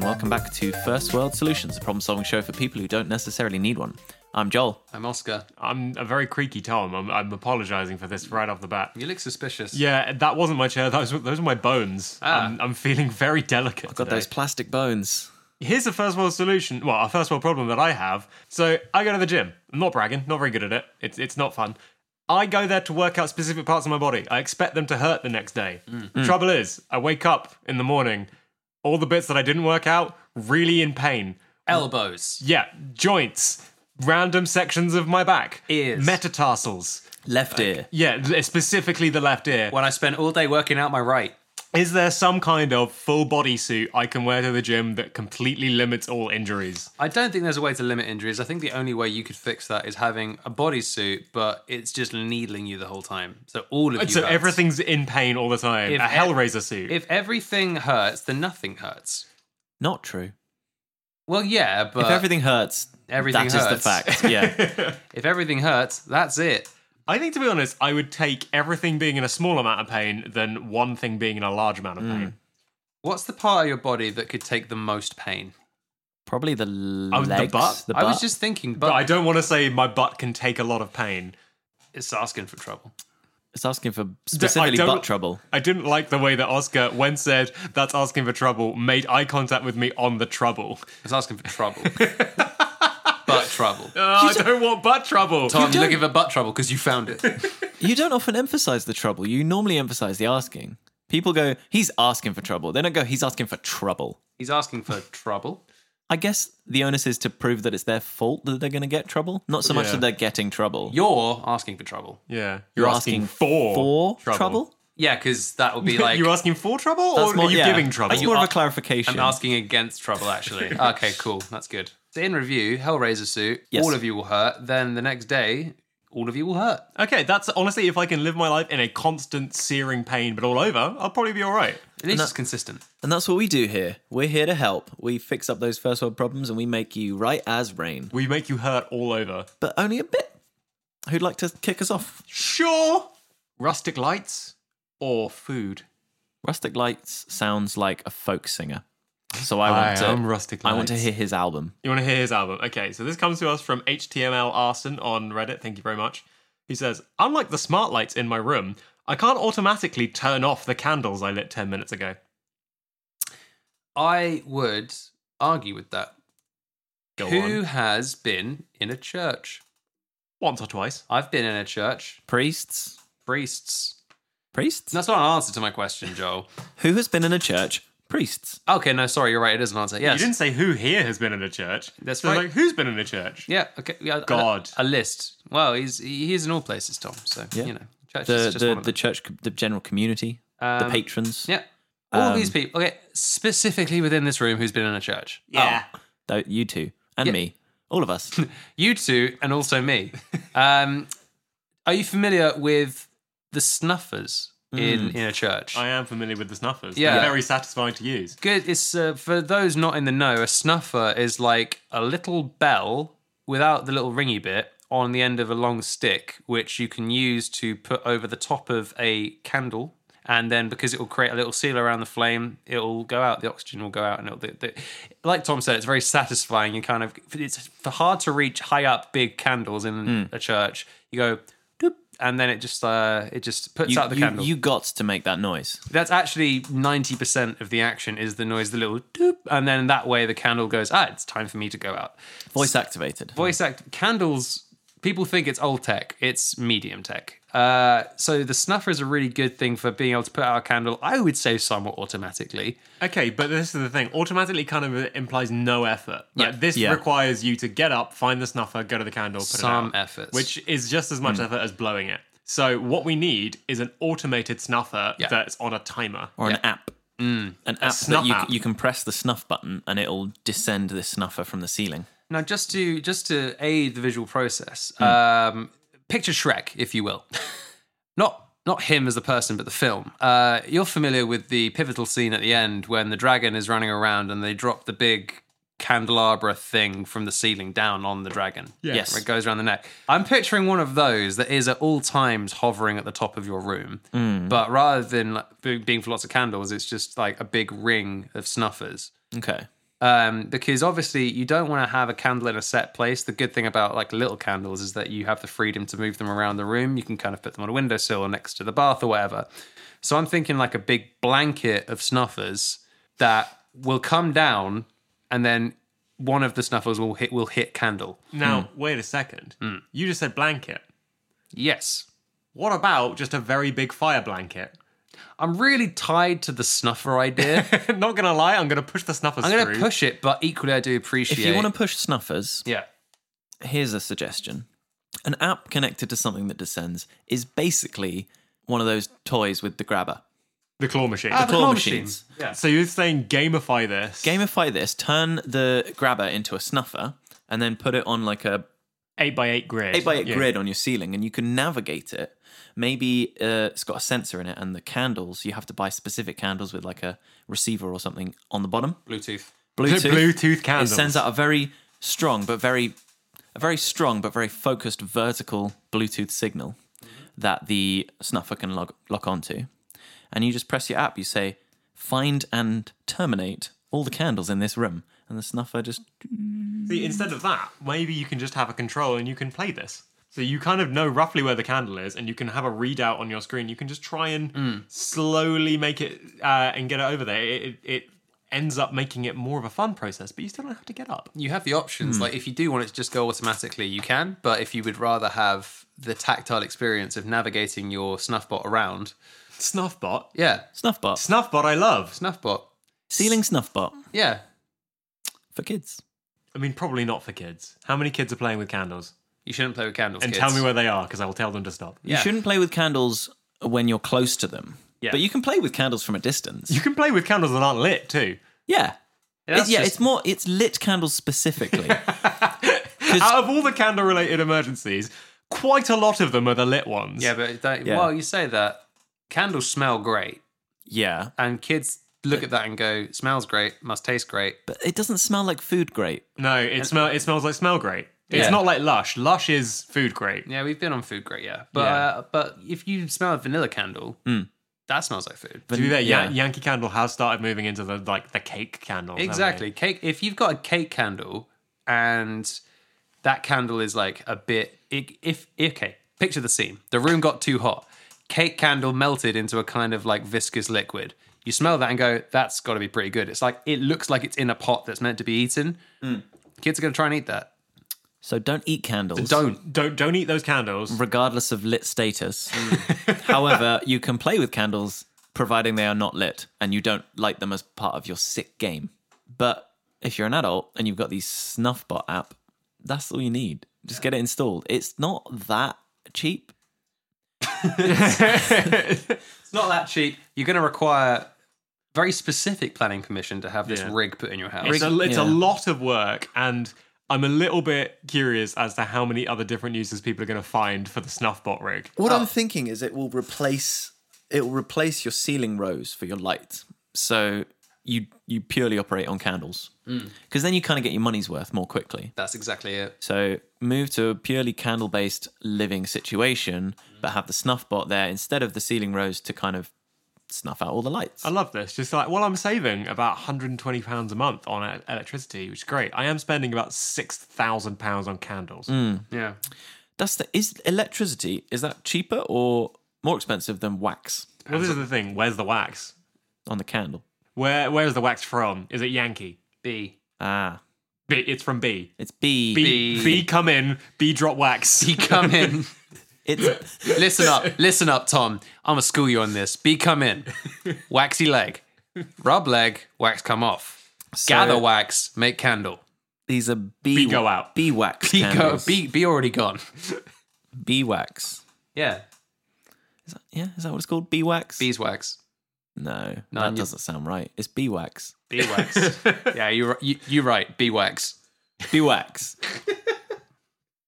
to First World Solutions, a problem solving show for people who don't necessarily need one. I'm Joel. I'm Oscar. I'm a very creaky Tom. I'm, I'm apologising for this right off the bat. You look suspicious. Yeah, that wasn't my chair. Those were, those were my bones. Ah. I'm, I'm feeling very delicate. I've got today. those plastic bones. Here's a first world solution. Well, a first world problem that I have. So I go to the gym. I'm not bragging. Not very good at it. It's it's not fun. I go there to work out specific parts of my body. I expect them to hurt the next day. Mm. Trouble is, I wake up in the morning, all the bits that I didn't work out really in pain. Elbows. Yeah, joints, random sections of my back, Ears. metatarsals. Left ear. Yeah, th- specifically the left ear. When I spent all day working out my right. Is there some kind of full body suit I can wear to the gym that completely limits all injuries? I don't think there's a way to limit injuries. I think the only way you could fix that is having a bodysuit, but it's just needling you the whole time. So all of you. so hurts. everything's in pain all the time. If a e- Hellraiser suit. If everything hurts, then nothing hurts. Not true. Well, yeah, but if everything hurts, everything that is hurts. the fact. Yeah. if everything hurts, that's it. I think, to be honest, I would take everything being in a small amount of pain than one thing being in a large amount Mm. of pain. What's the part of your body that could take the most pain? Probably the legs. was- the butt. the I was butt. just thinking, But I but don't want to say my butt can take a lot of pain. it's asking for trouble. It's asking for D- I specifically don't- butt trouble. I didn't like the way that Oscar, when said that's asking for trouble, made eye contact with me on the trouble. It's asking for trouble. butt trouble. Oh, I don't want butt trouble. Tom, you're don't- looking for butt trouble because you found it. You don't often emphasize the trouble. You normally emphasize the asking. People go, he's asking for trouble. They don't go, he's asking for trouble. He's asking for trouble. I guess the onus is to prove that it's their fault that they're going to get trouble, not so much Yeah. that they're getting trouble. You're asking for trouble. Yeah, you're, asking, for for trouble. Yeah, because that would be like you're asking for trouble, or more- are you yeah. giving trouble? That's more of a ask- clarification. I'm asking against trouble. Actually, okay, cool, that's good. So in review, Hellraiser suit. Yes. All of you will hurt. Then the next day, all of you will hurt. okay, that's honestly, if I can live my life in a constant searing pain, but all over, I'll probably be all right. At least it's consistent. and that's what we do here. We're here to help. We fix up those first world problems and we make you right as rain, We make you hurt all over. but only a bit. Who'd like to kick us off? Sure, rustic lights or food. Rustic Lights sounds like a folk singer. So I want to am Rustic I want to Lights. hear his album. You want to hear his album? Okay, so this comes to us from HTML Arson on Reddit. Thank you very much. He says, "Unlike the smart lights in my room, I can't automatically turn off the candles I lit ten minutes ago." I would argue with that. Go Who on, has been in a church? once or twice. I've been in a church. Priests? Priests. Priests? That's not an answer to my question, Joel. Who has been in a church? Priests. okay, no, sorry, you're right. It is an answer. Yes. You didn't say who here has been in a church. That's So, right. Like, who's been in a church? Yeah. Okay. Yeah, a- God. A, list. Well, he's he's in all places, Tom. So Yeah. you know, church is The just the, one of the them. church the general community, the Um, patrons. Yeah. All Um, these people. Okay, specifically within this room, who's been in a church? Oh, Tho- You two and me. All of us. You two, and also me. um, are you familiar with the snuffers Mm. in in a church? I am familiar with the snuffers. Yeah. They're very satisfying to use. Good. It's uh, for those not in the know. A snuffer is like a little bell without the little ringy bit on the end of a long stick, which you can use to put over the top of a candle. And then, because it will create a little seal around the flame, it will go out. The oxygen will go out, and it'll. The, the, like Tom said, it's very satisfying. You kind of it's for hard to reach high up big candles in Hmm. a church. You go, doop, and then it just uh, it just puts You, out the you, candle. you got to make that noise. That's actually 90% of the action is the noise, the little doop, and then that way the candle goes, ah, it's time for me to go out. Voice activated. Voice act candles, people think it's old tech, it's medium tech. Uh, so the snuffer is a really good thing for being able to put out a candle, I would say somewhat automatically. Okay, but this is the thing. Automatically kind of implies no effort. Yeah. Like, this Yeah. requires you to get up, find the snuffer, go to the candle, put Some Hmm. it out, efforts. Which is just as much effort as blowing it. So what we need is an automated snuffer Yeah. that's on a timer. or an app. An app that Mm. snuff you, app. you can press the snuff button and it'll descend this snuffer from the ceiling. Now, just to just to aid the visual process, um, picture Shrek, if you will. not not him as the person, but the film. Uh, you're familiar with the pivotal scene at the end when the dragon is running around and they drop the big candelabra thing from the ceiling down on the dragon. Yes. Where it goes around the neck. I'm picturing one of those that is at all times hovering at the top of your room. But rather than like, be- being for lots of candles, it's just like a big ring of snuffers. Okay. um, because obviously you don't want to have a candle in a set place. The good thing about like little candles is that you have the freedom to move them around the room. You can kind of put them on a windowsill or next to the bath or whatever. So I'm thinking like a big blanket of snuffers that will come down and then one of the snuffers will hit will hit candle. Now, wait a second. Hmm. You just said blanket. Yes. What about just a very big fire blanket? I'm really tied to the snuffer idea. Not gonna lie, I'm gonna push the snuffers I'm going through. to push it, but equally I do If appreciate you want to push snuffers, Yeah. here's a suggestion. An app connected to something that descends is basically one of those toys with the grabber. the claw machine. Ah, the claw claw machines. machine. Yeah. so you're saying gamify this? Gamify this, turn the grabber into a snuffer, and then put it on like a eight by eight grid. eight by eight Yeah. grid on your ceiling, and you can navigate it. Maybe uh, it's got a sensor in it, and the candles you have to buy specific candles with like a receiver or something on the bottom. Bluetooth. Bluetooth, Bluetooth It candles. sends out a very strong, but very, a very strong but very focused vertical Bluetooth signal that the snuffer can log, lock onto, and you just press your app. You say, "Find and terminate all the candles in this room," and the snuffer just See, instead of that, maybe you can just have a control and you can play this. So you kind of know roughly where the candle is, and you can have a readout on your screen. You can just try and Hmm. slowly make it uh, and get it over there. It, it, it ends up making it more of a fun process, but you still don't have to get up. You have the options. Hmm. Like if you do want it to just go automatically, you can. But if you would rather have the tactile experience of navigating your snuffbot around, Snuffbot, yeah, snuffbot, snuffbot, I love. snuffbot, ceiling snuffbot yeah, for kids. I mean, probably not for kids. How many kids are playing with candles? you shouldn't play with candles. And kids. tell me where they are, because I will tell them to stop. You Yeah. shouldn't play with candles when you're close to them. Yeah. But you can play with candles from a distance. You can play with candles that aren't lit too. yeah. Yeah, It's, that's yeah, just- it's more it's lit candles specifically. Out of all the candle-related emergencies, quite a lot of them are the lit ones. Yeah, but don't, Yeah. well, you say that candles smell great, yeah. and kids look at that and go, "Smells great, must taste great." But it doesn't smell like food great. No, it smell it smells like smell great. It's Yeah. not like lush. Lush is food great. Yeah, we've been on food great, yeah, but Yeah. Hmm. Uh, but if you smell a vanilla candle, that smells like food. But To be fair, yeah. yeah. Yankee Candle has started moving into the like the cake candles. haven't Exactly. Cake if you've got a cake candle and that candle is like a bit i- if okay, picture the scene. The room got too hot. Cake candle melted into a kind of like viscous liquid. You smell that and go, that's got to be pretty good. It's like it looks like it's in a pot that's meant to be eaten. Kids are going to try and eat that. So don't eat candles. Don't. they? Don't don't eat those candles. Regardless of lit status. Hmm. However, you can play with candles providing they are not lit and you don't light them as part of your sick game. But if you're an adult and you've got the Snuffbot app, that's all you need. Just get it installed. It's not that cheap. It's not that cheap. You're going to require very specific planning permission to have this Yeah. rig put in your house. It's, a, it's yeah. a lot of work, and I'm a little bit curious as to how many other different uses people are going to find for the snuffbot rig. What I'm thinking is it will replace it will replace your ceiling rose for your light. So you you purely operate on candles. Because then you kind of get your money's worth more quickly. That's exactly it. So move to a purely candle based living situation, but have the snuff bot there instead of the ceiling rose to kind of snuff out all the lights. I love this. Just like, well, I'm saving about 120 pounds a month on e- electricity, which is great. I am spending about six thousand pounds on candles. Yeah. That's the is electricity is that cheaper or more expensive than wax Well, this is the thing. Where's the wax? on the candle? Where Where is the wax from? Is it Yankee? B. Ah, B, it's from B. it's B. B, B. B come in, B drop wax. He come in. It's Listen up, listen up, Tom. I'm gonna school you on this. Be come in, waxy leg, rub leg, wax come off. Gather wax, make candle. These are bee, Bee go out. bee wax Be go, candles. be, be already gone. bee wax. Yeah, Is that, yeah, is that what it's called? Bee wax? beeswax, No, No, that you- doesn't sound right. It's bee wax. beeswax. yeah, you're you, you're right. Beeswax. Bee wax.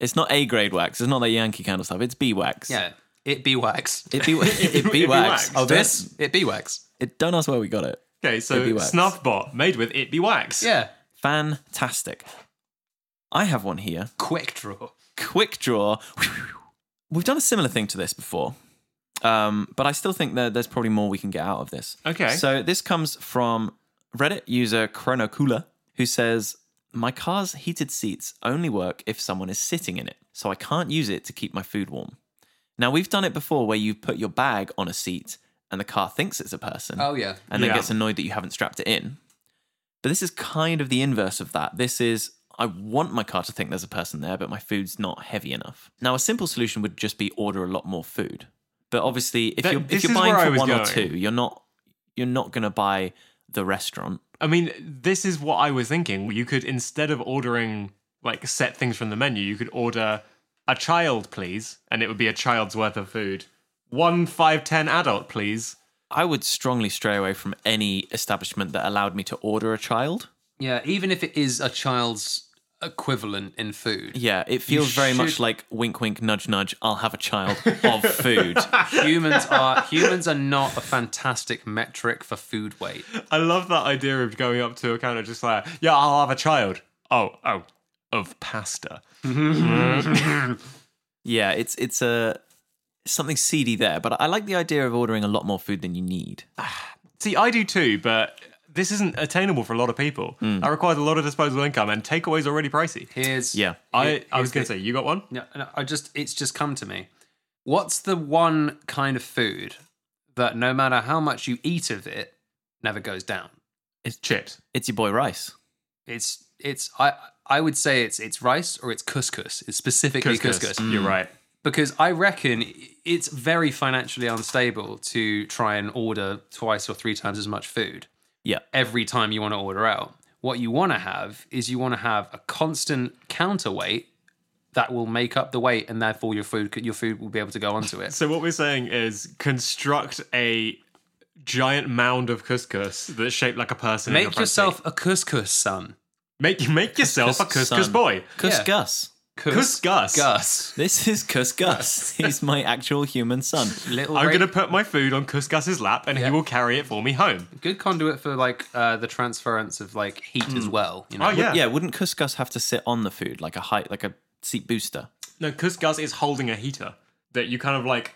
it's not A grade wax. It's not that Yankee candle stuff. It's bee wax. Yeah, it beeswax. It be, it be be wax. waxed. Oh, Oh, this it beeswax. it don't ask where we got it. Okay, so It'd be wax. Snuffbot made with It Be Wax. Yeah, Fantastic. I have one here. quick draw. Quick draw. We've done a similar thing to this before, um, but I still think that there's probably more we can get out of this. Okay. So this comes from Reddit user Chronocooler, who says, My car's heated seats only work if someone is sitting in it, so I can't use it to keep my food warm. Now, we've done it before where you put your bag on a seat and the car thinks it's a person Oh yeah. and then Yeah. gets annoyed that you haven't strapped it in. But this is kind of the inverse of that. This is, I want my car to think there's a person there, but my food's not heavy enough. Now, a simple solution would just be order a lot more food. But obviously, if That- you're, if this you're is buying where I for was one or going. two, you're not you're not going to buy the restaurant. I mean, this is what I was thinking. You could instead of ordering like set things from the menu, you could order a child, please, and it would be a child's worth of food. One five ten adult, please. I would strongly stray away from any establishment that allowed me to order a child. Yeah. Even if it is a child's equivalent in food, Yeah, it feels very much should- like wink, wink, nudge, nudge. I'll have a child of food. humans are humans are not a fantastic metric for food weight. I love that idea of going up to a counter just like, yeah, I'll have a child. Oh, oh, of pasta. Yeah, it's it's a something seedy there, but I like the idea of ordering a lot more food than you need. See, I do too, but this isn't attainable for a lot of people. That requires a lot of disposable income, and takeaway's already pricey. Here's Yeah. I, I was going to say, you got one? No, no, I just it's just come to me. What's the one kind of food that no matter how much you eat of it, never goes down? Chips. It's your boy Rice. It's it's I I would say it's it's rice or it's couscous. It's specifically couscous. You're right. Because I reckon it's very financially unstable to try and order twice or three times as much food. Yeah. every time you want to order out. What you want to have is you want to have a constant counterweight that will make up the weight, and therefore your food your food will be able to go onto it. So what we're saying is construct a giant mound of couscous that's shaped like a person. in your Make front yourself a couscous, son. seat. Make make yourself a couscous son. boy. Cus Gus. Couscous. Gus. This is Cus Gus. He's my actual human son. Little I'm ra- gonna put my food on Couscous's lap, and Yeah. he will carry it for me home. good conduit for like uh, the transference of like heat as well. You know? Oh yeah, Yeah, wouldn't Cus Gus have to sit on the food like a height like a seat booster? No, Couscous is holding a heater that you kind of like.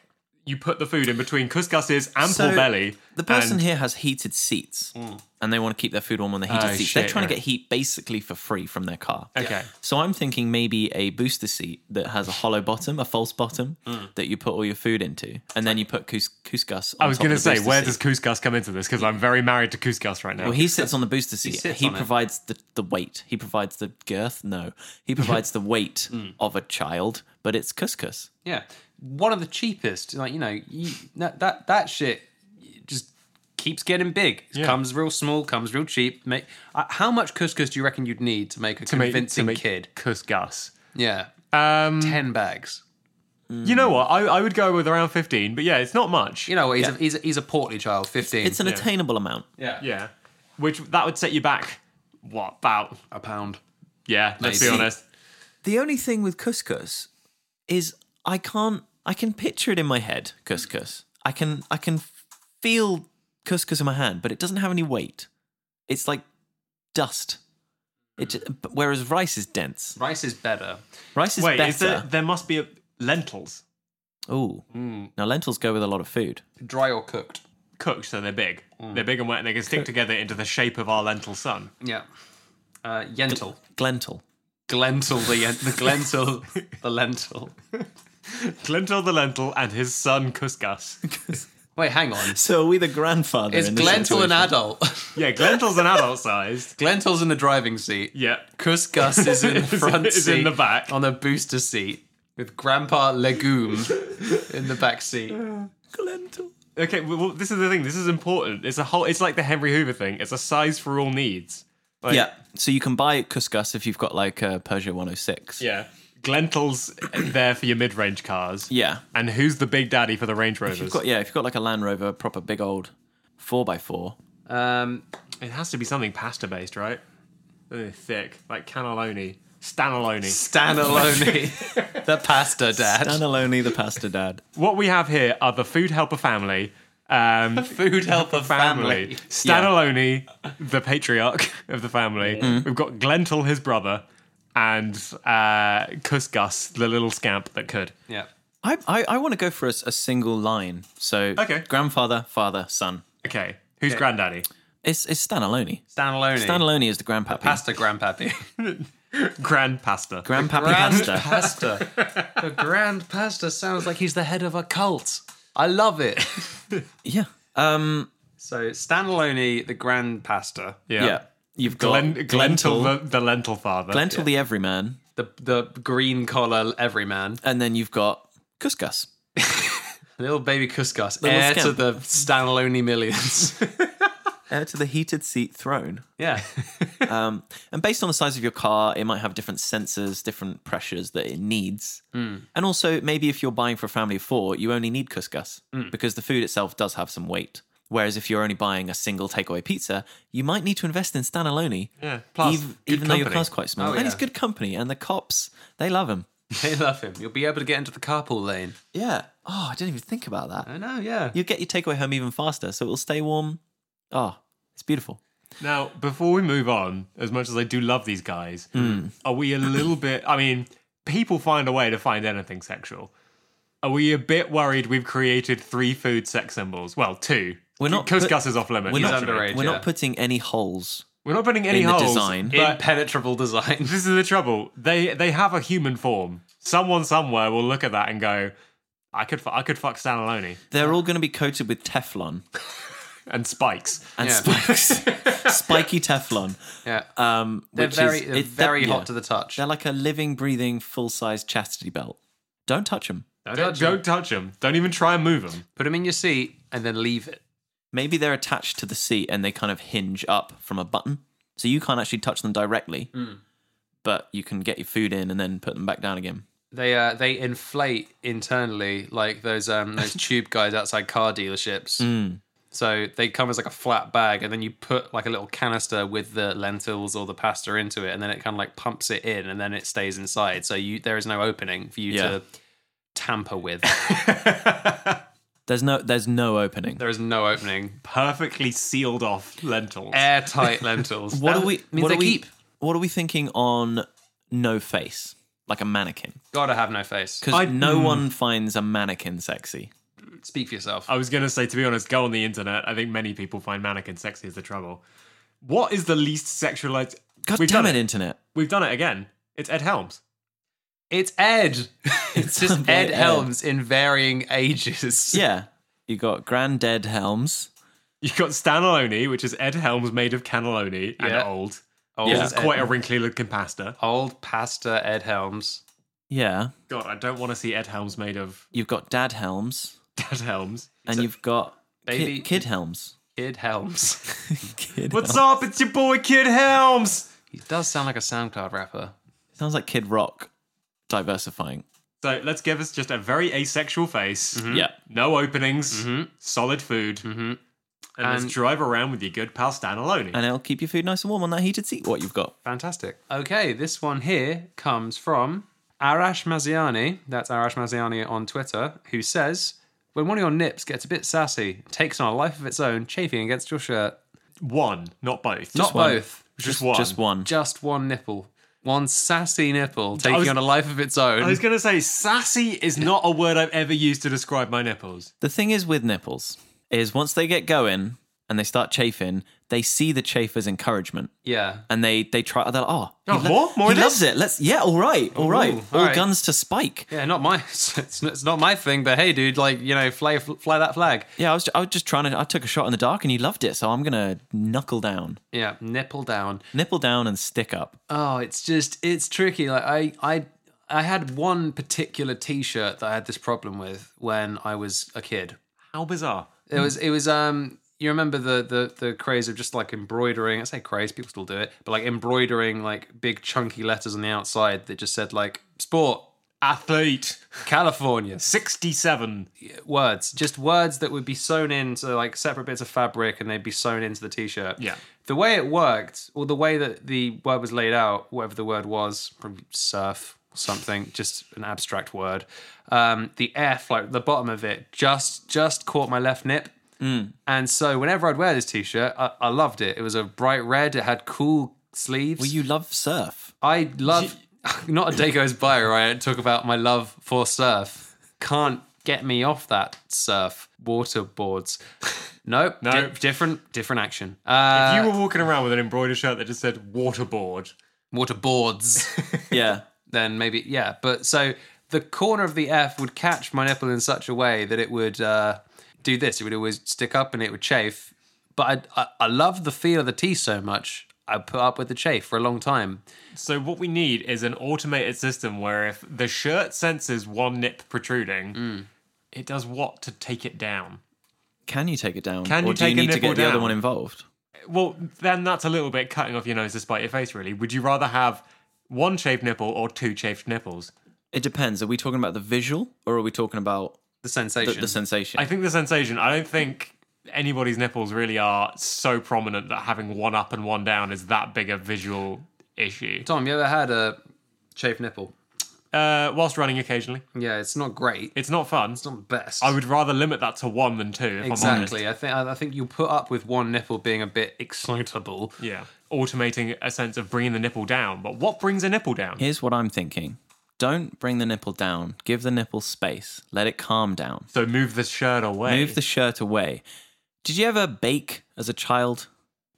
You put the food in between Couscous's ample So, belly. The person and- Mm. here has heated seats and they want to keep their food warm on the heated Oh, seats. They're shit, trying to yeah. get heat basically for free from their car. Okay. So I'm thinking maybe a booster seat that has a hollow bottom, a false bottom that you put all your food into, and then you put Cus Cus Gus. Mm. I was going to say, where does Couscous come into this? Because I'm very married to Couscous right now. Well, he sits on the booster seat. He, sits on it. provides the, the weight. He provides the girth. No, he provides the weight Mm. of a child, but it's couscous. Yeah, one of the cheapest. Like you know, you, that that that shit just keeps getting big. It Comes real small, comes real cheap. Make uh, how much couscous do you reckon you'd need to make a To make- to convincing make kid? Couscous. Yeah, Um, ten bags. You know what? I, I would go with around 15, but yeah, it's not much. You know, he's a, he's a, he's a portly child, fifteen. It's an attainable amount. yeah. Yeah. Which that would set you back what about a pound. yeah, let's be Maybe. honest. The only thing with couscous is I can't. I can picture it in my head. Couscous. I can. I can feel couscous in my hand, but it doesn't have any weight. It's like dust. It, ju- but whereas rice is dense. Rice is better. Rice is Wait, better. is there there must be a lentils Ooh. Now lentils go with a lot of food. Dry or cooked? cooked so they're big. They're big and wet and they can stick together into the shape of our lentil sun. Yeah. Uh, yentil. Glentil. Glentil, the, yen- the glentil, the lentil. Glentil the lentil and his son Couscous. Wait, hang on. So are we the grandfather? Is in this Glentil an situation? adult? Yeah, Glentil's an adult sized. Glentil's in the driving seat. Yeah. Cus Gus is in the front Is seat, in the back. on a booster seat with Grandpa Legume in the back seat. Glentil. Okay, well this is the thing, this is important. It's a whole it's like the Henry Hoover thing. It's a size for all needs. Like, Yeah. So you can buy couscous if you've got like a Peugeot 106. Yeah. Glentil's there for your mid range cars. Yeah. And who's the big daddy for the Range You've Rovers? got yeah, if you've got like a Land Rover, proper big old four by four. Um, It has to be something pasta based, right? Something thick, like cannelloni, stanaloni. Stanalone, the pasta dad. Daniloni the pasta dad. What we have here are the food helper family, um, Food helper family, family. Stanaloni, the patriarch of the family. Mm-hmm. We've got Glentil, his brother, and uh, Cusgus, the little scamp that could. Yeah. I I, I want to go for a, s- a single line. So Okay. grandfather, father, son. Okay, who's granddaddy? It's it's Stanalone. Standalone. Stanalone is the grandpappy. Pasta grandpappy. Grand pasta. Grandpappy grand pasta. pasta. the grand pasta sounds like he's the head of a cult. I love it. yeah. Um. So Standalone, the grand pasta. Yeah. You've got Glen, Glentil, Glentil, the, the lentil father. Glentil the everyman, The the green collar everyman. and then you've got Cuscus. Little baby Cuscus. Little heir to scamp. the Standalone millions. Heir to the heated seat throne. yeah. Um, and based on the size of your car, it might have different sensors, different pressures that it needs. And also, maybe if you're buying for a family of four, you only need couscous because the food itself does have some weight. Whereas if you're only buying a single takeaway pizza, you might need to invest in Stanalone. Yeah, plus, even, good even though your company. car's quite small. Oh, And it's yeah. good company, and the cops, they love him. They love him. You'll be able to get into the carpool lane. Yeah. Oh, I didn't even think about that. I know, yeah. You get your takeaway home even faster, so it'll stay warm. Oh, it's beautiful. Now, before we move on, as much as I do love these guys, Hmm. are we a little bit? I mean, people find a way to find anything sexual. Are we a bit worried we've created three food sex symbols? Well, two. We're not Couscous put- is off limits. We're, not, naturally. underage, we're yeah. not putting any holes We're not putting any in the holes. design. But Impenetrable design. Uh, this is the trouble. They they have a human form. Someone somewhere will look at that and go, "I could fu- I could fuck Stanalone They're all going to be coated with Teflon and spikes." and Yeah. spikes, spiky Teflon. Yeah. Um, they're which very, is, they're it's- very yeah. hot to the touch. They're like a living, breathing, full-size chastity belt. Don't touch them. Don't, don't touch them. Don't even try and move them. Put them in your seat and then leave it. Maybe they're attached to the seat and they kind of hinge up from a button, so you can't actually touch them directly. Hmm. But you can get your food in and then put them back down again. They uh, they inflate internally like those um those tube guys outside car dealerships. Mm. So they come as like a flat bag, and then you put like a little canister with the lentils or the pasta into it, and then it kind of like pumps it in, and then it stays inside. So you there is no opening for you Yeah. to tamper with. There's no, there's no opening. there is no opening. Perfectly sealed off lentils. Eh. Airtight lentils. What That are we? Means what they are we? keep. What are we thinking on? No face, like a mannequin, Gotta have no face. because I- Hmm. no one finds a mannequin sexy. Speak for Oh, yourself. I was going to say, to be honest, go on the internet. I think many people find mannequin sexy is the trouble. What is the least sexualized? God We've damn done it, internet! We've done it again. It's Ed Helms. It's Ed. It's just Something Ed Ed. Helms in varying ages. Yeah. You got Grandad Helms. You've got Stanalone, which is Ed Helms made of cannelloni and Yeah. old. Old, Yeah. This is Ed- quite a wrinkly looking pasta. old pastor Ed Helms. Yeah. God, I don't want to see Ed Helms made of You've got Dad Helms. Ed Helms. And you've got Baby- Kid, Kid Helms. Kid Helms. Kid What's Helms. up? It's your boy Kid Helms. he does sound like a SoundCloud rapper. Sounds like Kid Rock diversifying. So let's give us just a very asexual face. Yeah. No openings. Solid food. And, And- let's drive around with your good pal Stanalone. And it'll keep your food nice and warm on that heated seat. What you've got. Fantastic. Okay, this one here comes from Arash Maziani. That's Arash Maziani on Twitter, who says, "When one of your nips gets a bit sassy, takes on a life of its own, chafing against your shirt. one, not both. Not one. both, just one. Just one. just one nipple, one sassy nipple taking was- on a life of its own." I was going to say, sassy is not a word I've ever used to describe my nipples. The thing is with nipples is once they get going and they start chafing, they see the chafer's encouragement yeah. and they they try. They're like, oh, he Oh, more? More he of this? loves it. Let's yeah. All right, all right. Ooh, all all right. guns to Spike. Yeah, not my. It's not, it's not my thing. But hey, dude, like you know, fly fly that flag. Yeah, I was I was just trying to. I took a shot in the dark and you loved it, so I'm gonna knuckle down, Yeah, nipple down. nipple down, and stick up. Oh, it's just it's tricky. Like I I I had one particular T-shirt that I had this problem with when I was a kid. How bizarre. It was it was um you remember the the the craze of just like embroidering. I say craze, people still do it, but like embroidering like big chunky letters on the outside that just said like sport Athlete, California 67. words, just words that would be sewn into like separate bits of fabric and they'd be sewn into the t-shirt. Yeah. The way it worked, or the way that the word was laid out, whatever the word was, probably surf or something, just an abstract word. Um, the F, like the bottom of it, just just caught my left nip. And so whenever I'd wear this t-shirt, I, I loved it. It was a bright red. It had cool sleeves. Well, you love surf. I love. Not a day goes by where I don't talk about my love for surf. Can't get me off that surf. Waterboards. No, No. di- different, different action. Uh, you were walking around with an embroidered shirt that just said waterboard. Water boards. Yeah. then maybe yeah. But so the corner of the F would catch my nipple in such a way that it would uh, do this. It would always stick up and it would chafe. But I, I, I love the feel of the tea so much. I put up with the chafe for a long time. So what we need is an automated system where if the shirt senses one nip protruding, it does what to take it down. Can you take it down? Can or you do take you need a to nipple get the other down? one involved? Well, then that's a little bit cutting off your nose to spite your face, really. Would you rather have one chafed nipple or two chafed nipples? It depends. Are we talking about the visual or are we talking about the, The sensation. the sensation? I think the sensation. I don't think anybody's nipples really are so prominent that having one up and one down is that big a visual issue. Tom, you ever had a chafe nipple? Uh, whilst running occasionally, Yeah, it's not great. it's not fun. It's not the best. I would rather limit that to one than two. If I'm honest. exactly. I think I I think you put up with one nipple being a bit excitable. Yeah. Automating a sense of bringing the nipple down. But what brings a nipple down? Here's what I'm thinking. Don't bring the nipple down. Give the nipple space. Let it calm down. So move the shirt away. Move the shirt away. Did you ever bake as a child?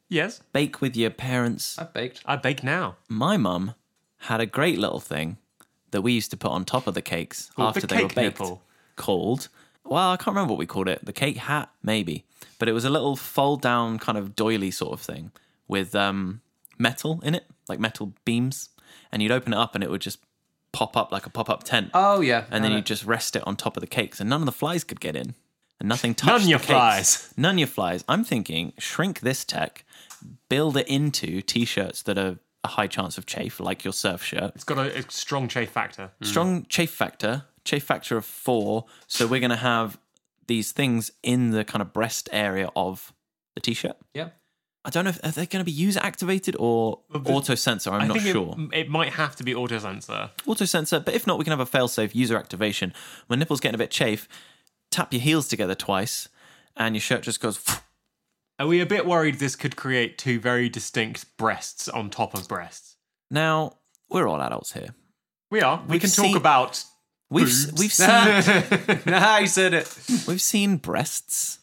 yes. Bake with your parents? I baked. I bake now. My mum had a great little thing that we used to put on top of the cakes Called the after they were cake baked. nipple. Called, well, I can't remember what we called it. The cake hat, maybe. But it was a little fold down kind of doily sort of thing with um, metal in it, like metal beams. And you'd open it up and it would just pop up like a pop up tent. Oh yeah. and then No, you just rest it on top of the cakes, and none of the flies could get in, and nothing touched None the your cakes. flies. None your flies. I'm thinking shrink this tech, build it into t-shirts that are a high chance of chafe, like your surf shirt. It's got a, a strong chafe factor. Strong chafe factor, chafe factor of four. So we're gonna have these things in the kind of breast area of the t-shirt. yeah. I don't know if are they going to be user activated or auto sensor. I'm I not think it- sure. It, might have to be auto sensor. auto sensor, but if not, we can have a failsafe user activation. When nipples getting a bit chafe, tap your heels together twice, and your shirt just goes. Are we a bit worried this could create two very distinct breasts on top of breasts? Now we're all adults here. We are. We We've can seen- talk about. We've Boobs. we've seen nah, you said it. we've seen breasts,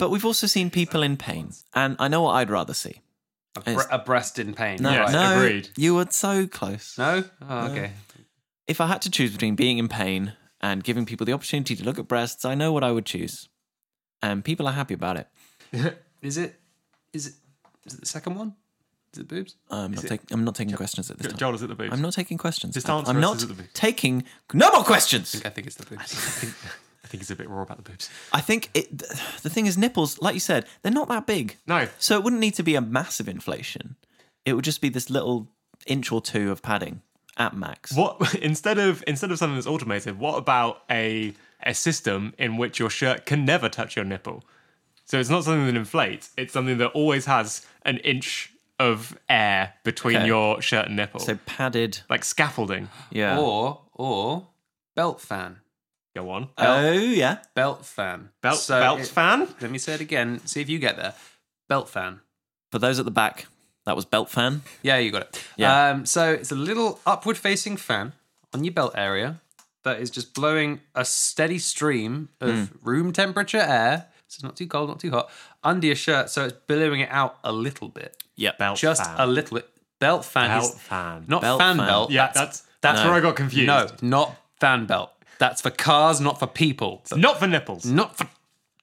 but we've also seen people in pain, and I know what I'd rather see. Bre- a breast in pain. No, Yes, Right. no, agreed. you were so close. No? Oh, okay. If I had to choose between being in pain and giving people the opportunity to look at breasts, I know what I would choose, and people are happy about it. Is it? Is it? Is it the second one? Is it boobs? I'm not, take, I'm not taking questions at this time. Joel is at the booth. I'm not taking questions. Just I'm, answer I'm us not as it be. taking no more questions. I think it's the boobs. I think he's a bit raw about the boobs. I think it, the thing is nipples, like you said, they're not that big, No. so it wouldn't need to be a massive inflation. It would just be this little inch or two of padding at max. What instead of instead of something that's automated, what about a a system in which your shirt can never touch your nipple? So it's not something that inflates. It's something that always has an inch of air between Okay. your shirt and nipple, So padded, like scaffolding. yeah. Oh, or or belt fan. Go on, oh yeah, Belt fan. belt So belt it- fan. Let me say it again. See if you get there. Belt fan. for those at the back, that was belt fan. Yeah, you got it. Yeah. Um, so it's a little upward facing fan on your belt area that is just blowing a steady stream of room temperature air. So it's not too cold, not too hot, under your shirt. So it's billowing it out a little bit. Yeah, Belt Just fan. a little bit. Belt fan. is- Belt fan. Not Belt fan, fan. belt. yeah, that's that's where I got confused. No, not fan belt. That's for cars, not for people. not for nipples. Not for.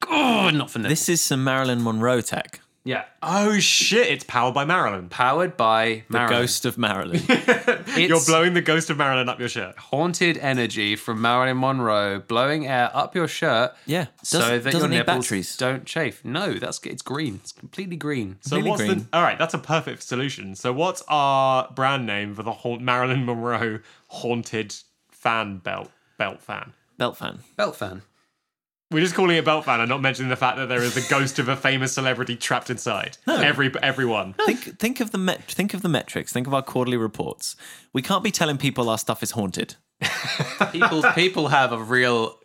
Oh, not for this. This is some Marilyn Monroe tech. Yeah. Oh shit! It's powered by Marilyn. Powered by The Marilyn. ghost of Marilyn. It's You're blowing the ghost of Marilyn up your shirt. haunted energy from Marilyn Monroe blowing air up your shirt. Yeah, so doesn't- that your doesn't need nipples batteries. don't chafe. No, that's it's green. It's completely green. So Really what's green. the all right? That's a perfect solution. So what's our brand name for the haunt, Marilyn Monroe haunted fan belt belt fan? belt fan. Belt fan. We're just calling it belt fan and not mentioning the fact that there is the ghost of a famous celebrity trapped inside. Every everyone. Think, think of the met- think of the metrics. Think of our quarterly reports. We can't be telling people our stuff is haunted. People people have a real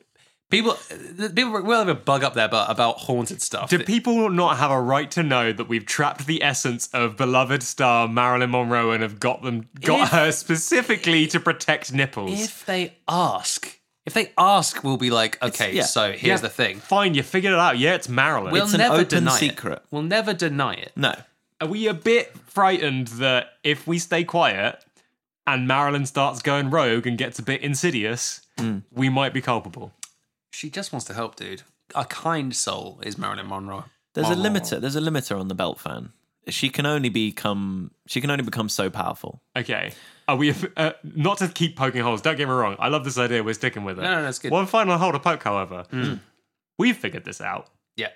people people will have a bug up there but about haunted stuff. Do people not have a right to know that we've trapped the essence of beloved star Marilyn Monroe and have got them got If- her specifically to protect nipples? if they ask, If they ask, we'll be like, okay, yeah. so here's Yeah. the thing. Fine, you figured it out. Yeah, it's Maryland. We'll It's an never open deny it. secret. We'll never deny it. No. Are we a bit frightened that if we stay quiet and Marilyn starts going rogue and gets a bit insidious, Hmm. we might be culpable? She just wants to help, dude. A kind soul is Marilyn Monroe. There's a limiter. There's a limiter on the belt fan. She can only become she can only become so powerful. Okay. Are we uh, not to keep poking holes? Don't get me wrong. I love this idea. We're sticking with it. No, no, that's good. One final hole to poke, however. Hmm. We've figured this out. Yeah.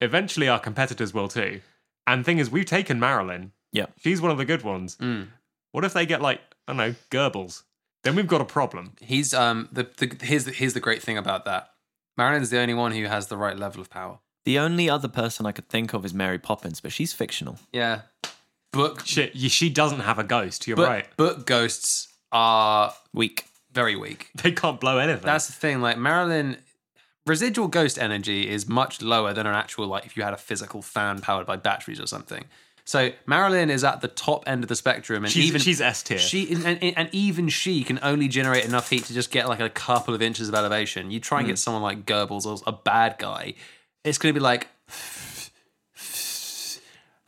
Eventually, our competitors will too. And thing is, we've taken Marilyn. Yeah. She's one of the good ones. Mm. What if they get like I don't know Goebbels? Then we've got a problem. He's um the, the here's the, here's the great thing about that. Marilyn's the only one who has the right level of power. The only other person I could think of is Mary Poppins, but she's fictional. Yeah. Book Shit, you- she doesn't have a ghost. You're book, right. book ghosts are Weak. very weak. They can't blow anything. That's the thing. Like Marilyn, residual ghost energy is much lower than an actual like if you had a physical fan powered by batteries or something. So Marilyn is at the top end of the spectrum, and she's, even she's S tier. she and, and, and even she can only generate enough heat to just get like a couple of inches of elevation. You try and Mm. get someone like Goebbels or a bad guy, it's going to be like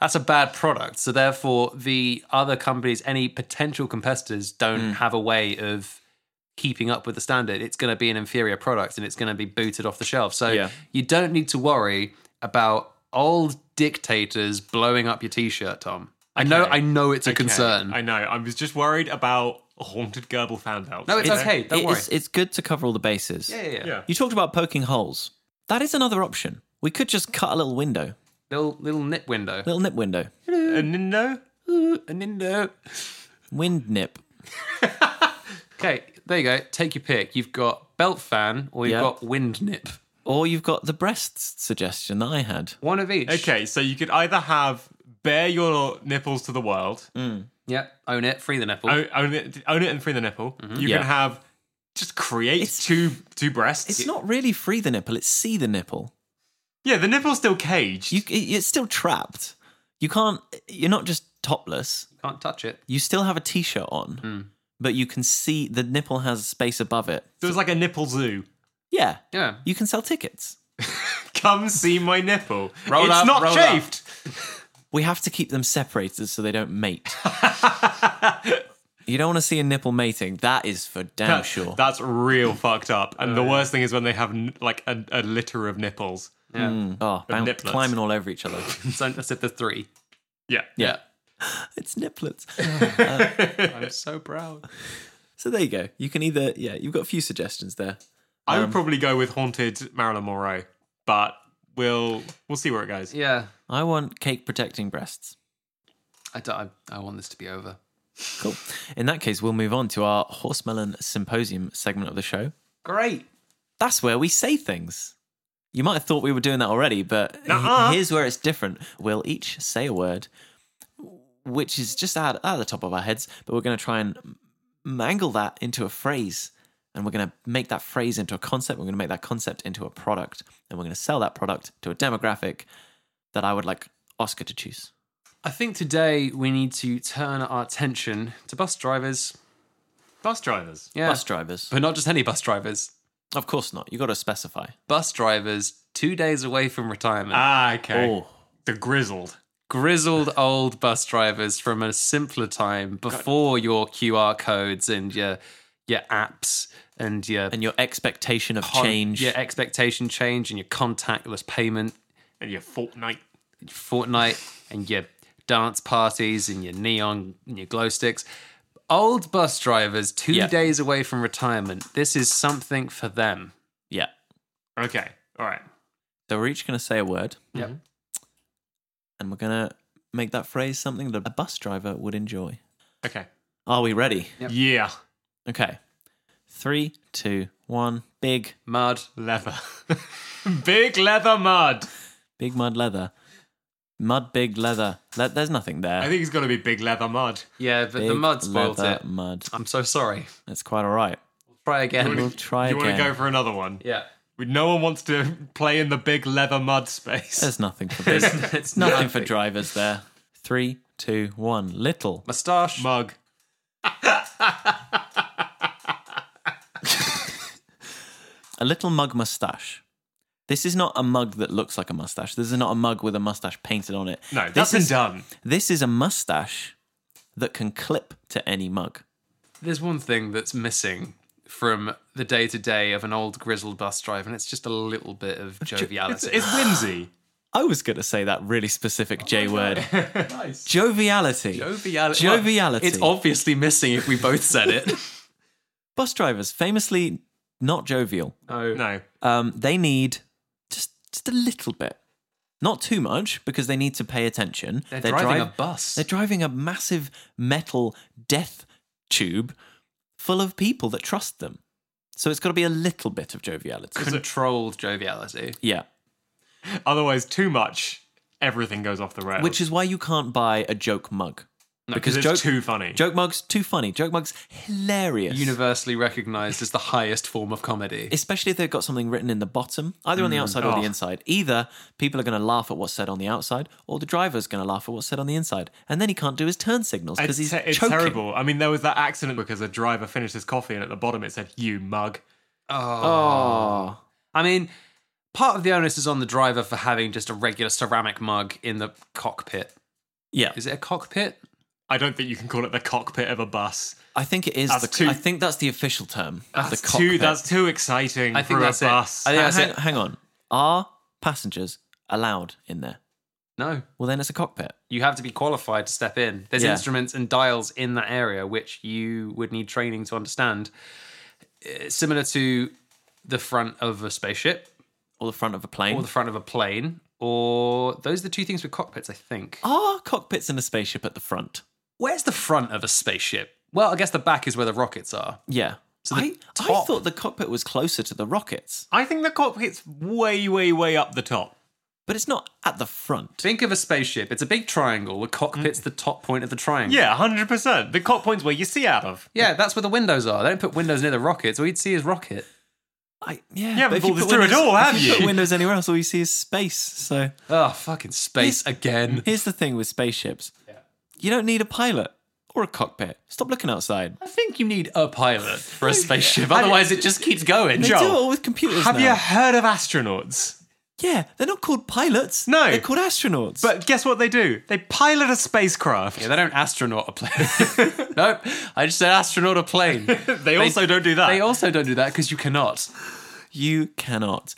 that's a bad product. So therefore, the other companies, any potential competitors, don't Mm. have a way of keeping up with the standard. It's going to be an inferior product, and it's going to be booted off the shelf. So Yeah. you don't need to worry about old dictators blowing up your t-shirt, Tom. I know, I know it's a Okay, concern. I know. I was just worried about haunted Goebbels found out. No, it's You know? okay. Don't It worry. is- it's good to cover all the bases. yeah, yeah, yeah. Yeah. You talked about poking holes. That is another option. We could just cut a little window, Little little nip window. little nip window, Uh, no. Uh, A nindo. wind nip. Okay, there you go. Take your pick. You've got belt fan or you've Yeah. got wind nip. Or you've got the breasts suggestion that I had. One of each. Okay, so you could either have bare your nipples to the world, Mm. Yep. Own it. Free the nipple. own, own it, own it and free the nipple. Mm-hmm. You Yeah. can have just create It's- two two breasts. It's not really free the nipple, it's see the nipple. yeah, the nipple's still caged. You, it- it's still trapped. You can't, you're not just topless. Can't touch it. You still have a t shirt on, Hmm. but you can see the nipple has space above it. so it's like a nipple zoo. Yeah. Yeah. You can sell tickets. Come see my nipple. Roll it's up, not roll up. chafed. We have to keep them separated so they don't mate. you don't want to see a nipple mating. That is for damn That- sure. That's real fucked up. And Oh, the worst thing is when they have n- like a, a litter of nipples. oh, bound, niplets. climbing all over each other. So that's it. The three. Yeah. Yeah. Uh, it's niplets. I'm so proud. So there you go. You can either, yeah, you've got a few suggestions there. I um, would probably go with haunted Marilyn Monroe, but we'll we'll see where it goes. Yeah. I want cake protecting breasts. I don't. I, I want this to be over. Cool. In that case, we'll move on to our Horsemelon Symposium segment of the show. Great. That's where we say things. You might have thought we were doing that already, but he- Nuh-uh. here's where it's different. We'll each say a word, which is just out, out of the top of our heads, but we're going to try and mangle that into a phrase. And we're going to make that phrase into a concept. We're going to make that concept into a product. And we're going to sell that product to a demographic that I would like Oscar to choose. I think today we need to turn our attention to bus drivers. Bus drivers. Yeah. Bus drivers. but not just any bus drivers. Of course not. you got to specify. Bus drivers two days away from retirement. Ah, okay. Oh. The grizzled. grizzled old bus drivers from a simpler time before your QR codes and your your apps and your and your expectation of con- change. your expectation change and your contactless payment, And your fortnight. your Fortnite and your dance parties and your neon and your glow sticks. Old bus drivers two Yeah. days away from retirement. This is something for them. Yeah. Okay. All right. So we're each going to say a word. Yep. And we're going to make that phrase something that a bus driver would enjoy. Okay. Are we ready? Yeah. Okay. Three, two, one. Big, Mud. Leather. Big leather mud. big mud leather. Mud, big leather. Le- there's nothing there. I think it's got to be big leather mud. Yeah, but the Big mud spoiled leather it. Mud. I'm so sorry. That's quite all right. Try again. We'll try You want to again. go for another one? yeah. We- No one wants to play in the big leather mud space. There's nothing for big. nothing, it's for drivers there. Three, two, one. Little. Mustache. Mug. a little mug mustache. This is not a mug that looks like a mustache. This is not a mug with a mustache painted on it. No, this that's been is, done. This is a mustache that can clip to any mug. There's one thing that's missing from the day to day of an old grizzled bus driver, and it's just a little bit of It's, joviality. it's whimsy. I was going to say that really specific J word. Joviality. Joviality. Joviality. It's obviously missing if we both said it. Bus drivers famously not jovial. No. um, they need just just a little bit, not too much, because they need to pay attention. They're, driving driv- a bus. They're driving a massive metal death tube full of people that trust them. So it's got to be a little bit of joviality. Controlled joviality. yeah, Otherwise, too much, everything goes off the rails. which is why you can't buy a joke mug because because it's joke too funny. joke mugs too funny. Joke mugs hilarious. Universally recognized as the highest form of comedy. especially if they've got something written in the bottom, either on the outside or Oh. the inside. Either people are going to laugh at what's said on the outside, or the driver's going to laugh at what's said on the inside, and then he can't do his turn signals because It's, he's te- it's choking. terrible. I mean, there was that accident because a driver finished his coffee and at the bottom it said, you mug. Oh, Ah. I mean, part of the onus is on the driver for having just a regular ceramic mug in the cockpit. yeah. Is it a cockpit? I don't think you can call it the cockpit of a bus. I think it is. That's The, too- I think that's the official term. the That's cockpit. too, that's too exciting I think for that's a it. bus. I think Hang, that's hang, it. Uh, hang on. Are passengers allowed in there? No. Well, then it's a cockpit. You have to be qualified to step in. There's Yeah. instruments and dials in that area which you would need training to understand. Uh, Similar to the front of a spaceship Or the front of a plane. or the front of a plane, or those are the two things with cockpits, I think. Are cockpits in a spaceship at the front? Where's the front of a spaceship? Well, I guess the back is where the rockets are. Yeah. So the I, I top- thought the cockpit was closer to the rockets, I think the cockpit's way, way, way up the top. but it's not at the front. Think of a spaceship. It's a big triangle. The cockpit's the top point of the triangle. Yeah, 100%. The cockpit's where you see out of. Yeah, that's where the windows are. They don't put windows near the rockets. All you'd see is rocket. I, yeah, haven't but if you thought this put through at windows- all, if have You put you? windows anywhere else, all you see is space. So Oh, fucking space again. here's the thing with spaceships: you don't need a pilot or a cockpit. Stop looking outside. I think you need a pilot for a spaceship. Otherwise, it just keeps going. They Joel, do it all with computers Have now. you heard of astronauts? Yeah, they're not called pilots. No. they're called astronauts. But guess what they do? They pilot a spacecraft. Yeah, they don't astronaut a plane. nope. I just said astronaut a plane. They also don't do that. They also don't do that because you cannot. you cannot.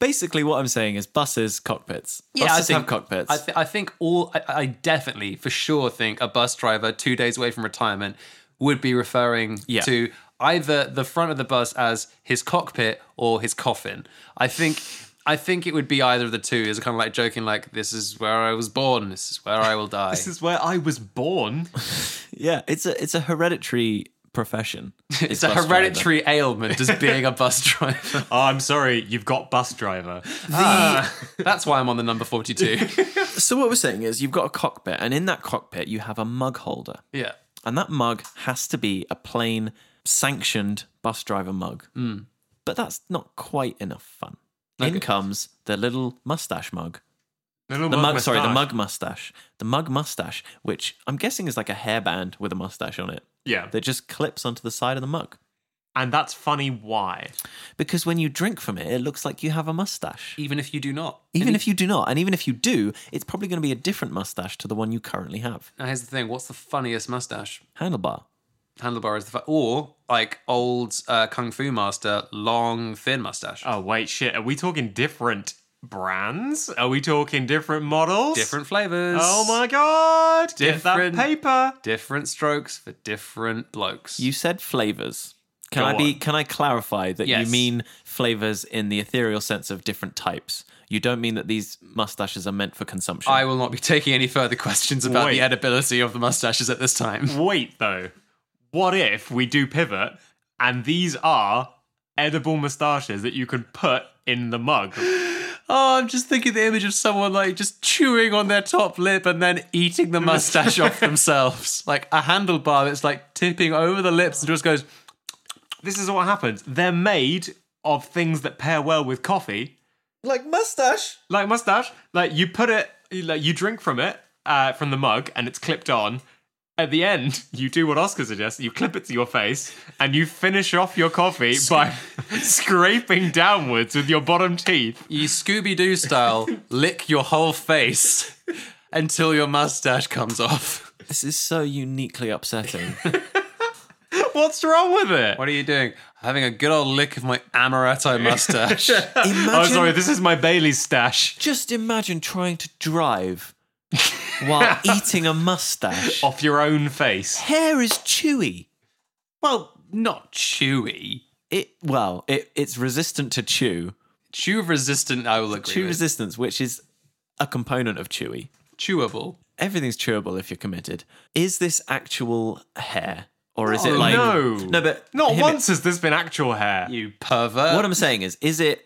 Basically, what I'm saying is buses, cockpits. Yeah, buses I think- have cockpits. I, th- I think all, I, I definitely, for sure, think a bus driver two days away from retirement would be referring Yeah. to either the front of the bus as his cockpit or his coffin. I think. I think it would be either of the two. Is kind of like joking, like this is where I was born, this is where I will die. this is where I was born. yeah, it's a it's a hereditary profession. it's a hereditary ailment, just being a bus driver. Oh, I'm sorry, you've got bus driver. That's why I'm on the number forty-two. So what we're saying is you've got a cockpit, and in that cockpit you have a mug holder. yeah, And that mug has to be a plain sanctioned bus driver mug. Hmm. But that's not quite enough fun. In comes the little mustache mug. Little The mug, sorry, the moustache. mug mustache. The mug mustache, which I'm guessing is like a hairband with a mustache on it Yeah. that just clips onto the side of the mug. And that's funny why. Because when you drink from it, it looks like you have a mustache. E-, even if you do not. Even if you do not, and even if you do, it's probably going to be a different mustache to the one you currently have. Now here's the thing: what's the funniest mustache? Handlebar. handlebar is the fa- or like old uh, kung fu master long thin mustache Oh, wait, shit. Are we talking different brands? Are we talking different models? different flavors Oh my god! Get that Different- paper. different strokes for different blokes You said flavors. Can Go I be? on. Can I clarify that Yes. you mean flavors in the ethereal sense of different types? You don't mean that these mustaches are meant for consumption. i will not be taking any further questions about the Wait. edibility of the mustaches at this time Wait, though. What if we do pivot and these are edible moustaches that you can put in the mug? oh i'm just thinking the image of someone like just chewing on their top lip and then eating the mustache off themselves like a handlebar that's like tipping over the lips and just goes This is what happens. They're made of things that pair well with coffee, like mustache. like mustache. Like you put it, like you drink from it, uh, from the mug, and it's clipped on. At the end, you do what Oscar suggests. You clip it to your face and you finish off your coffee by scraping downwards with your bottom teeth. You Scooby Doo style, lick your whole face until your mustache comes off. This is so uniquely upsetting. What's wrong with it? What are you doing? Having a good old lick of my amaretto mustache. Imagine, Oh, sorry, this is my Bailey's stash. just imagine trying to drive while eating a mustache. Off your own face. Hair is chewy. well, not chewy. It well, it, it's resistant to chew. Chew resistant, I will agree. Chew with. resistance, which is a component of chewy. Chewable. Everything's chewable if you're committed. Is this actual hair? Or is Oh, it like no. No, but Not him- once has this been actual hair. You pervert. What I'm saying is, is it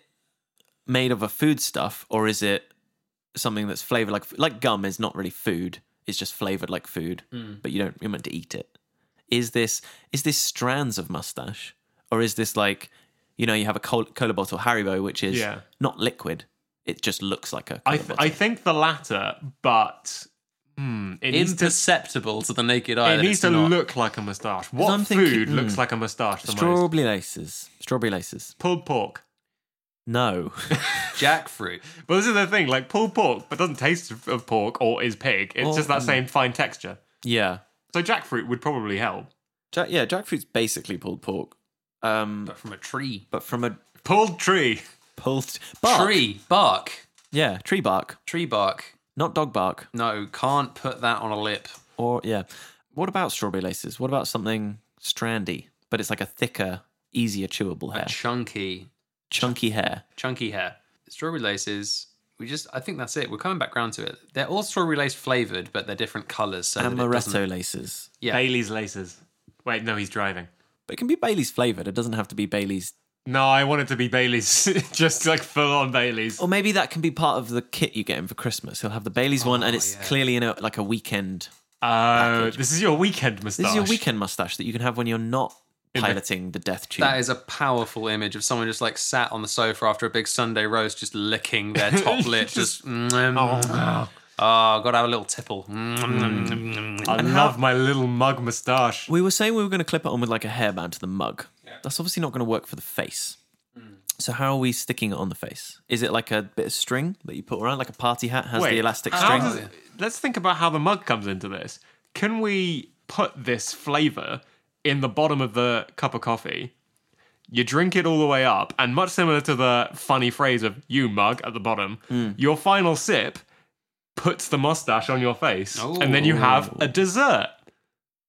made of a food stuff or is it something that's flavored like like gum is not really food. It's just flavored like food, Hmm. but you don't you're meant to eat it. Is this is this strands of mustache or is this like you know you have a cola, cola bottle Haribo which is Yeah. not liquid. It just looks like a. cola I, th- bottle. I think the latter, but hmm, it needs to, imperceptible to the naked eye. it that needs it's to not. look like a moustache. What I'm thinking- food looks hmm. like a moustache the most? strawberry laces. Strawberry laces. Pulled pork. No. jackfruit. Well, this is the thing, like pulled pork, but doesn't taste of- of pork or is pig. It's Or- just that same fine texture. yeah. So jackfruit would probably help. Jack, yeah. Jackfruit's basically pulled pork, um, But from a tree. but from a Pulled tree. pulled bark. Tree bark. Yeah, tree bark, Tree bark. not dog bark. No, can't put that on a lip. Or yeah. What about strawberry laces? What about something strandy, but it's like a thicker, easier chewable hair, Chunky, chunky hair? chunky hair. Strawberry laces. We just, I think that's it. We're coming back round to it. They're all strawberry lace flavored, but they're different colors. So that it doesn't- Amaretto laces. Yeah. Bailey's laces. Wait, no, he's driving. But it can be Bailey's flavored. It doesn't have to be Bailey's. No, I want it to be Bailey's, just like full on Bailey's. Or maybe that can be part of the kit you get him for Christmas. He'll have the Bailey's one, and it's Oh, yeah. clearly in a like a weekend. Oh, this is your weekend moustache. This is your weekend mustache that you can have when you're not piloting the death tube. That is a powerful image of someone just like sat on the sofa after a big Sunday roast, just licking their top lip. Just, mm, Ah, oh, gotta have a little tipple. Mm-hmm. Mm. I love my little mug moustache. We were saying we were going to clip it on with like a hairband to the mug. That's obviously not going to work for the face. Mm. So how are we sticking it on the face? Is it like a bit of string that you put around, like a party hat has the elastic how string? does- let's think about how the mug comes into this. Can we put this flavor in the bottom of the cup of coffee? You drink it all the way up, and much similar to the funny phrase of "you mug" at the bottom, Hmm. your final sip puts the mustache on your face, and then you have a dessert.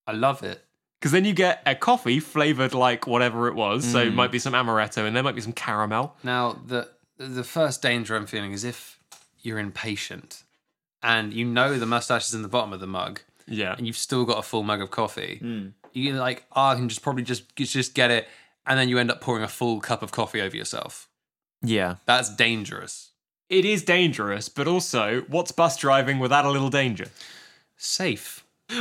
I love it. Because then you get a coffee flavored like whatever it was. So Hmm. it might be some amaretto, and there might be some caramel. Now, the the first danger I'm feeling is if you're impatient and you know the mustache is in the bottom of the mug Yeah, and you've still got a full mug of coffee. You're like, oh, I can just probably just just get it, and then you end up pouring a full cup of coffee over yourself. yeah, That's dangerous. it is dangerous, but also, what's bus driving without a little danger? Safe.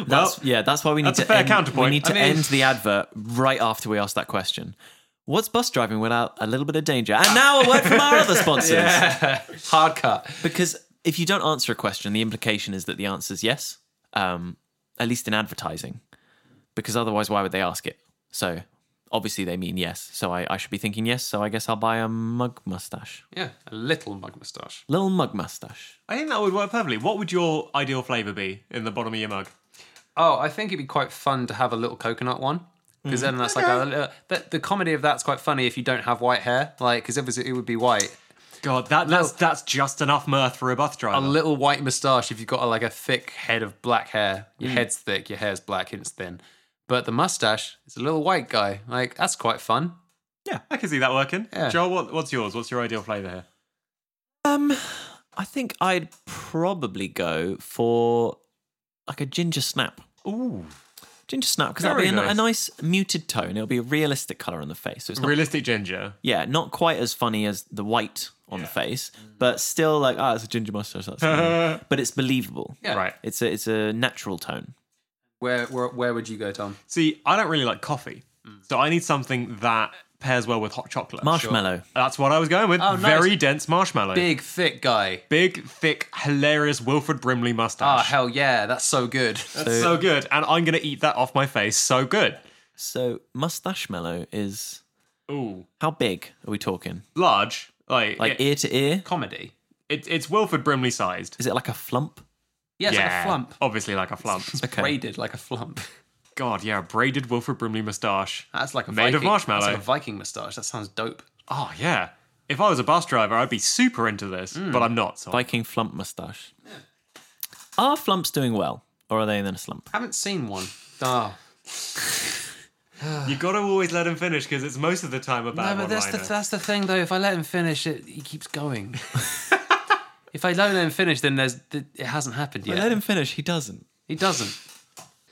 that's yeah. That's why we need that's to a fair end, counterpoint. We need to I mean- end the advert right after we ask that question. What's bus driving without a little bit of danger? And now a word from our other sponsors. Hard cut. Because if you don't answer a question, the implication is that the answer is yes, um, at least in advertising. Because otherwise, why would they ask it? So obviously, they mean yes. So I, I should be thinking yes. So I guess I'll buy a mug mustache. Yeah, a little mug moustache. Little mug mustache. I think that would work perfectly. What would your ideal flavour be in the bottom of your mug? Oh, I think it'd be quite fun to have a little coconut one. Because then that's like a, little the, the comedy of that's quite funny if you don't have white hair. Like, because obviously it would be white. God, that, that's that's just enough mirth for a bus a driver. little white moustache if you've got a, like a thick head of black hair. Your head's thick, your hair's black, and it's thin. But the mustache is a little white guy. Like that's quite fun. yeah, I can see that working. Yeah. Joel, what, what's yours? What's your ideal flavour here? Um, I think I'd probably go for like a ginger snap. Ooh, Ginger snap because that'll Very be a, ni- a nice. nice muted tone. It'll be a realistic color on the face. So it's not realistic ginger. yeah, not quite as funny as the white on the face, Mm. but still like, ah, it's a ginger mustache. That's funny. but it's believable. Yeah. Right. It's a it's a natural tone. Where where where would you go, Tom? See, I don't really like coffee, so I need something that pairs well with hot chocolate. Marshmallow. That's what I was going with. nice. Very dense marshmallow. Big, thick guy. Big, thick, hilarious Wilfred Brimley Oh, mustache. hell yeah. That's so good. Ah, That's so good. And I'm going to eat that off my face. So good. So mustache mellow is Ooh. how big are we talking? Large. Like, Like it, ear to ear? Comedy. it- it's Wilfred Brimley sized. Is it like a flump? Yeah, it's yeah. like a flump. Obviously, like a flump. Okay. Braided like a flump. God, yeah, a braided Wilfred Brimley moustache. That's like a Made Viking. of marshmallow. That's like a Viking moustache. That sounds dope. Oh, yeah. If I was a bus driver, I'd be super into this, Hmm. but I'm not. So Viking flump mustache. Are flumps doing well, or are they in a slump? Haven't seen one. Oh, you got to always let him finish because it's most of the time a No, bad but that's the, that's the thing though. If I let him finish, it he keeps going. if I don't let him finish, then there's th- it hasn't happened yet. Let him finish. He doesn't. He doesn't.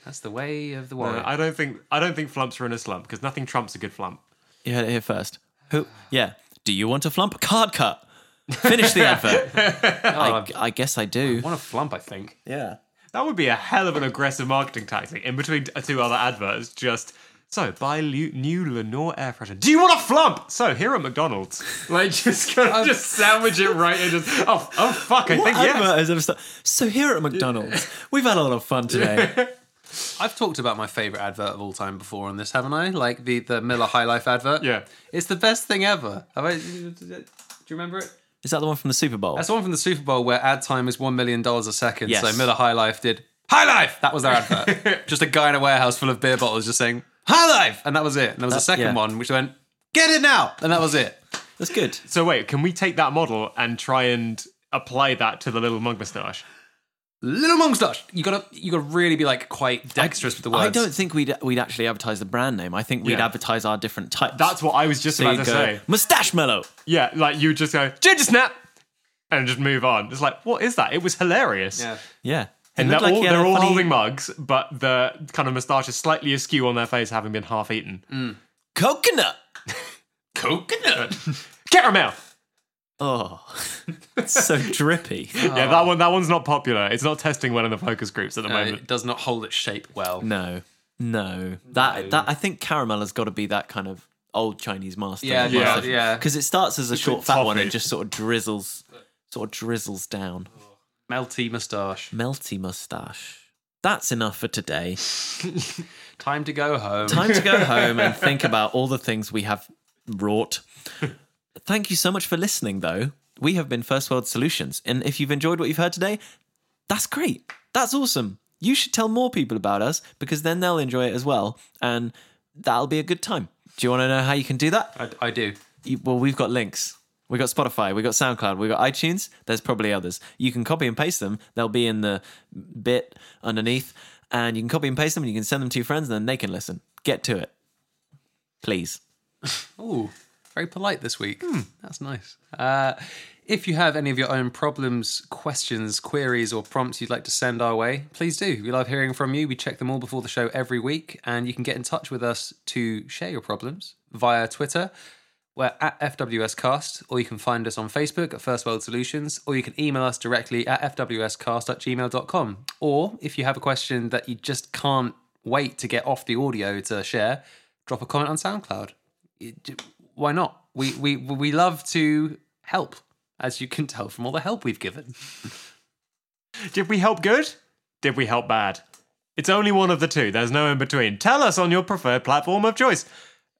That's the way of the warrior. I don't think I don't think flumps are in a slump because nothing trumps a good flump. You heard it here first. Who? Yeah. Do you want a flump? Card cut. Finish the advert. Oh, I, I guess I do. want a flump, I think. Yeah. That would be a hell of an aggressive marketing tactic in between t- two other adverts. Just so buy lu- new Lenore air freshener. Do you want a flump? So here at McDonald's, like just Oh. gonna just sandwich it right in. Just oh oh fuck, I What think yes. advert has ever started? So here at McDonald's, we've had a lot of fun today. I've talked about my favorite advert of all time before on this, haven't I? Like the the Miller High Life advert. Yeah. it's the best thing ever. Have I, do you remember it? Is that the one from the Super Bowl? That's the one from the Super Bowl where ad time is one million dollars a second. Yes. So Miller High Life did High Life. That was their advert. just a guy in a warehouse full of beer bottles just saying High Life, and that was it. And there was a second yeah. one which went Get it now, and that was it. That's good. So wait, can we take that model and try and apply that to the little mug moustache? Little Mongstache. You gotta you gotta really be like quite dexterous with the words. I don't think we'd we'd actually advertise the brand name. I think we'd Yeah. advertise our different types. That's what I was just so about you to go, say. mustache mellow. Yeah, like you just go ginger snap and just move on. It's like what is that? It was hilarious. Yeah. Yeah, It And they're looked like all, he had a they're all funny- holding mugs, but the kind of moustache is slightly askew on their face, having been half eaten. Mm. coconut. Coconut, caramel. Oh, it's so drippy. Yeah, that one. That one's not popular. It's not testing well in the focus groups at the Uh, moment. it does not hold its shape well. No, no. That that I think caramel has got to be that kind of old Chinese master. Yeah, yeah, yeah. Because it starts as a short fat one toffee. and just sort of drizzles, sort of drizzles down. Melty moustache. Melty mustache. That's enough for today. Time to go home. Time to go home and think about all the things we have wrought. Thank you so much for listening, though. We have been First World Solutions. And if you've enjoyed what you've heard today, that's great. That's awesome. You should tell more people about us because then they'll enjoy it as well. And that'll be a good time. Do you want to know how you can do that? I, I do. You- E, well, we've got links. We got Spotify, we got SoundCloud, we got iTunes. There's probably others. You can copy and paste them. They'll be in the bit underneath, and you can copy and paste them, and you can send them to your friends, and then they can listen. Get to it, please. Ooh, very polite this week. Hmm, That's nice. Uh, if you have any of your own problems, questions, queries, or prompts you'd like to send our way, please do. We love hearing from you. We check them all before the show every week, and you can get in touch with us to share your problems via Twitter. We're at FWScast, or you can find us on Facebook at First World Solutions, or you can email us directly at FWScast at gmail.com. Or if you have a question that you just can't wait to get off the audio to share, drop a comment on SoundCloud. It- j- Why not? We, we, we love to help, as you can tell from all the help we've given. Did we help good? Did we help bad? It's only one of the two. There's no in between. Tell us on your preferred platform of choice.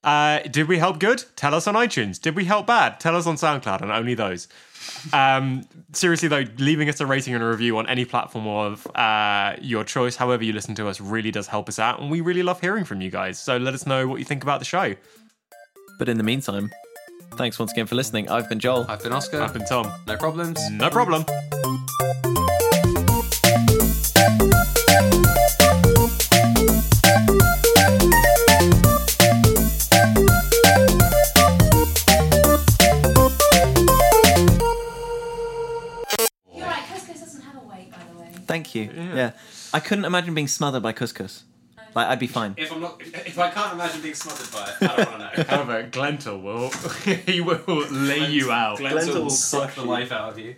Uh, did we help good? Tell us on iTunes. Did we help bad? Tell us on SoundCloud and only those. Um, seriously though, leaving us a rating and a review on any platform of uh, your choice, however you listen to us, really does help us out, and we really love hearing from you guys. So let us know what you think about the show. But in the meantime, thanks once again for listening. I've been Joel. I've been Oscar. Up and Tom, no problems. no problem. You're right, couscous doesn't have a weight, by the way. Thank you. Yeah. I couldn't imagine being smothered by couscous. Like I'd be fine. If, I'm not, if, I can't imagine being smothered by it, I don't want to know. However, Glentor will he will lay you out. Glenn will suck the life out of you.